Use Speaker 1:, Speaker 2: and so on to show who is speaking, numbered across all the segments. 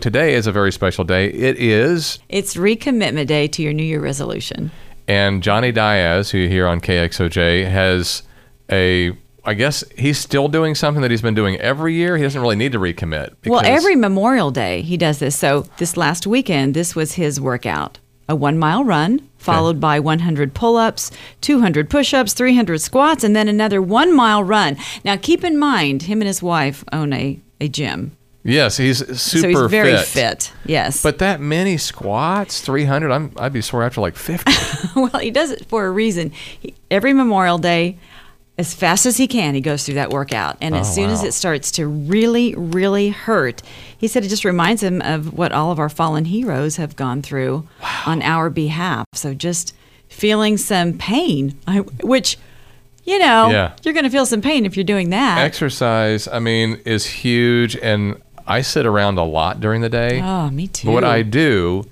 Speaker 1: Today is a very special day. It is,
Speaker 2: It's recommitment day to your New Year resolution.
Speaker 1: and Johnny Diaz, who you hear on KXOJ, has a. I guess he's still doing something that he's been doing every year. He doesn't really need to recommit.
Speaker 2: Well,
Speaker 1: because-
Speaker 2: every Memorial Day he does this. So this last weekend, this was his workout a one mile run, followed by 100 pull ups, 200 push ups, 300 squats, and then another one mile run. Now, keep in mind, him and his wife own a, a gym.
Speaker 1: yes, he's super
Speaker 2: so he's very fit. Yes.
Speaker 1: But that many squats, three hundred. I'm I'd be sore after like fifty.
Speaker 2: well, he does it for a reason. He, every Memorial Day, as fast as he can, he goes through that workout. And as
Speaker 1: Oh,
Speaker 2: soon as
Speaker 1: wow.
Speaker 2: it starts to really, really hurt, he said it just reminds him of what all of our fallen heroes have gone through on our behalf. So just feeling some pain, I, which, you know,
Speaker 1: Yeah.
Speaker 2: you're going to feel some pain if you're doing that.
Speaker 1: Exercise, I mean, is huge, and I sit around a lot during the day.
Speaker 2: oh, me too.
Speaker 1: But what I do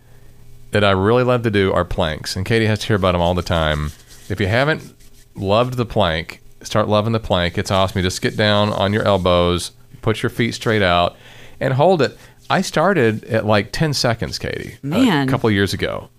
Speaker 1: that I really love to do are planks, and Katie has to hear about them all the time. If you haven't loved the plank, start loving the plank. It's awesome. You just get down on your elbows, put your feet straight out, and hold it. I started at like 10 seconds, Katie,
Speaker 2: Man.
Speaker 1: a couple years ago.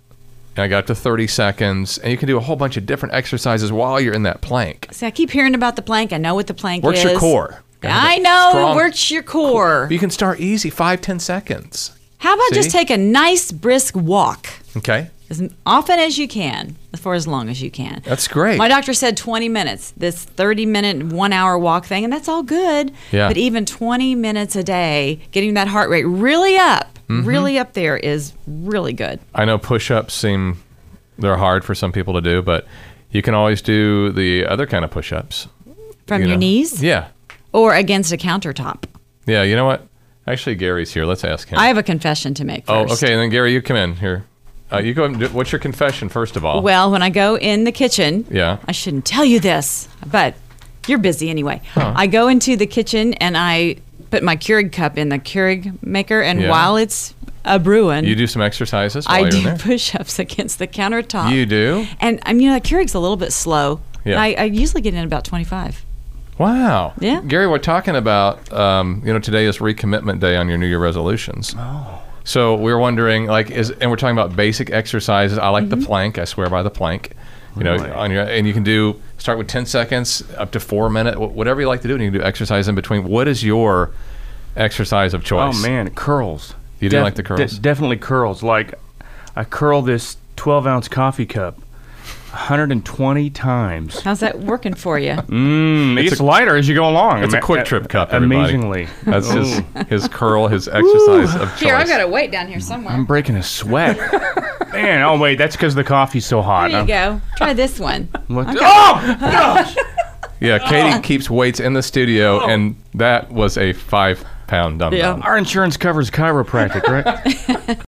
Speaker 1: And I got up to 30 seconds, and you can do a whole bunch of different exercises while you're in that plank.
Speaker 2: See, I keep hearing about the plank. I know what the plank
Speaker 1: Works
Speaker 2: is.
Speaker 1: your core.
Speaker 2: I know.
Speaker 1: Strong-
Speaker 2: Works your core.
Speaker 1: You can start easy, five, 10 seconds.
Speaker 2: How about just
Speaker 1: See?
Speaker 2: take a nice brisk walk?
Speaker 1: Okay?
Speaker 2: as often as you can for as long as you can.
Speaker 1: That's great.
Speaker 2: My doctor said 20 minutes, this 30 minute, one hour walk thing, and that's all good.
Speaker 1: Yeah.
Speaker 2: But even 20 minutes a day, getting that heart rate really up,
Speaker 1: Mm-hmm.
Speaker 2: really up there is really good.
Speaker 1: I know push-ups seem they're hard for some people to do, but you can always do the other kind of push-ups
Speaker 2: From
Speaker 1: you
Speaker 2: your
Speaker 1: know?
Speaker 2: knees
Speaker 1: Yeah,
Speaker 2: or against a countertop.
Speaker 1: yeah. You know what? Actually, Gary's here. Let's ask him.
Speaker 2: I have a confession to make
Speaker 1: oh,
Speaker 2: first.
Speaker 1: okay. And then Gary, you come in here. Uh, you go. And do, what's your confession first of all?
Speaker 2: Well, when I go in the kitchen,
Speaker 1: Yeah.
Speaker 2: I shouldn't tell you this, but you're busy anyway. I go into the kitchen and I put my Keurig cup in the Keurig maker, and
Speaker 1: Yeah.
Speaker 2: while it's a brewing,
Speaker 1: you do some exercises while
Speaker 2: I
Speaker 1: you're in
Speaker 2: do
Speaker 1: there.
Speaker 2: push-ups against the countertop.
Speaker 1: You do?
Speaker 2: and I mean, you know, the Keurig's a little bit slow.
Speaker 1: Yeah.
Speaker 2: And I, I usually get in about 25.
Speaker 1: Wow.
Speaker 2: Yeah.
Speaker 1: Gary, we're talking about um, you know today is recommitment day on your New Year resolutions. Oh. So we are wondering like is and we're talking about basic exercises. I like the
Speaker 2: Mm-hmm.
Speaker 1: plank. I swear by the plank. You know,
Speaker 3: Really?
Speaker 1: on your and you can do start with ten seconds up to four minute wh- whatever you like to do, and you can do exercise in between. What is your exercise of
Speaker 3: Oh
Speaker 1: choice?
Speaker 3: man, curls.
Speaker 1: You do like the curls?
Speaker 3: definitely curls. Like I curl this 12 ounce coffee cup 120 times.
Speaker 2: How's that working for you?
Speaker 3: Mm,
Speaker 1: Hmm, It's
Speaker 3: it's lighter as you go along.
Speaker 1: It's a quick trip cup, everybody.
Speaker 3: Amazingly,
Speaker 1: That's his
Speaker 3: Ooh.
Speaker 1: his curl, his exercise of choice.
Speaker 2: Here, I've got a weight down here somewhere.
Speaker 3: I'm breaking a sweat. man, oh wait, that's because the coffee's so hot.
Speaker 2: there you go. Try this one.
Speaker 3: What- Oh,
Speaker 1: yeah, Katie
Speaker 2: Oh.
Speaker 1: keeps weights in the studio,
Speaker 3: Oh.
Speaker 1: and that was a five pound dumbbell.
Speaker 2: Yeah.
Speaker 3: our insurance covers chiropractic, right?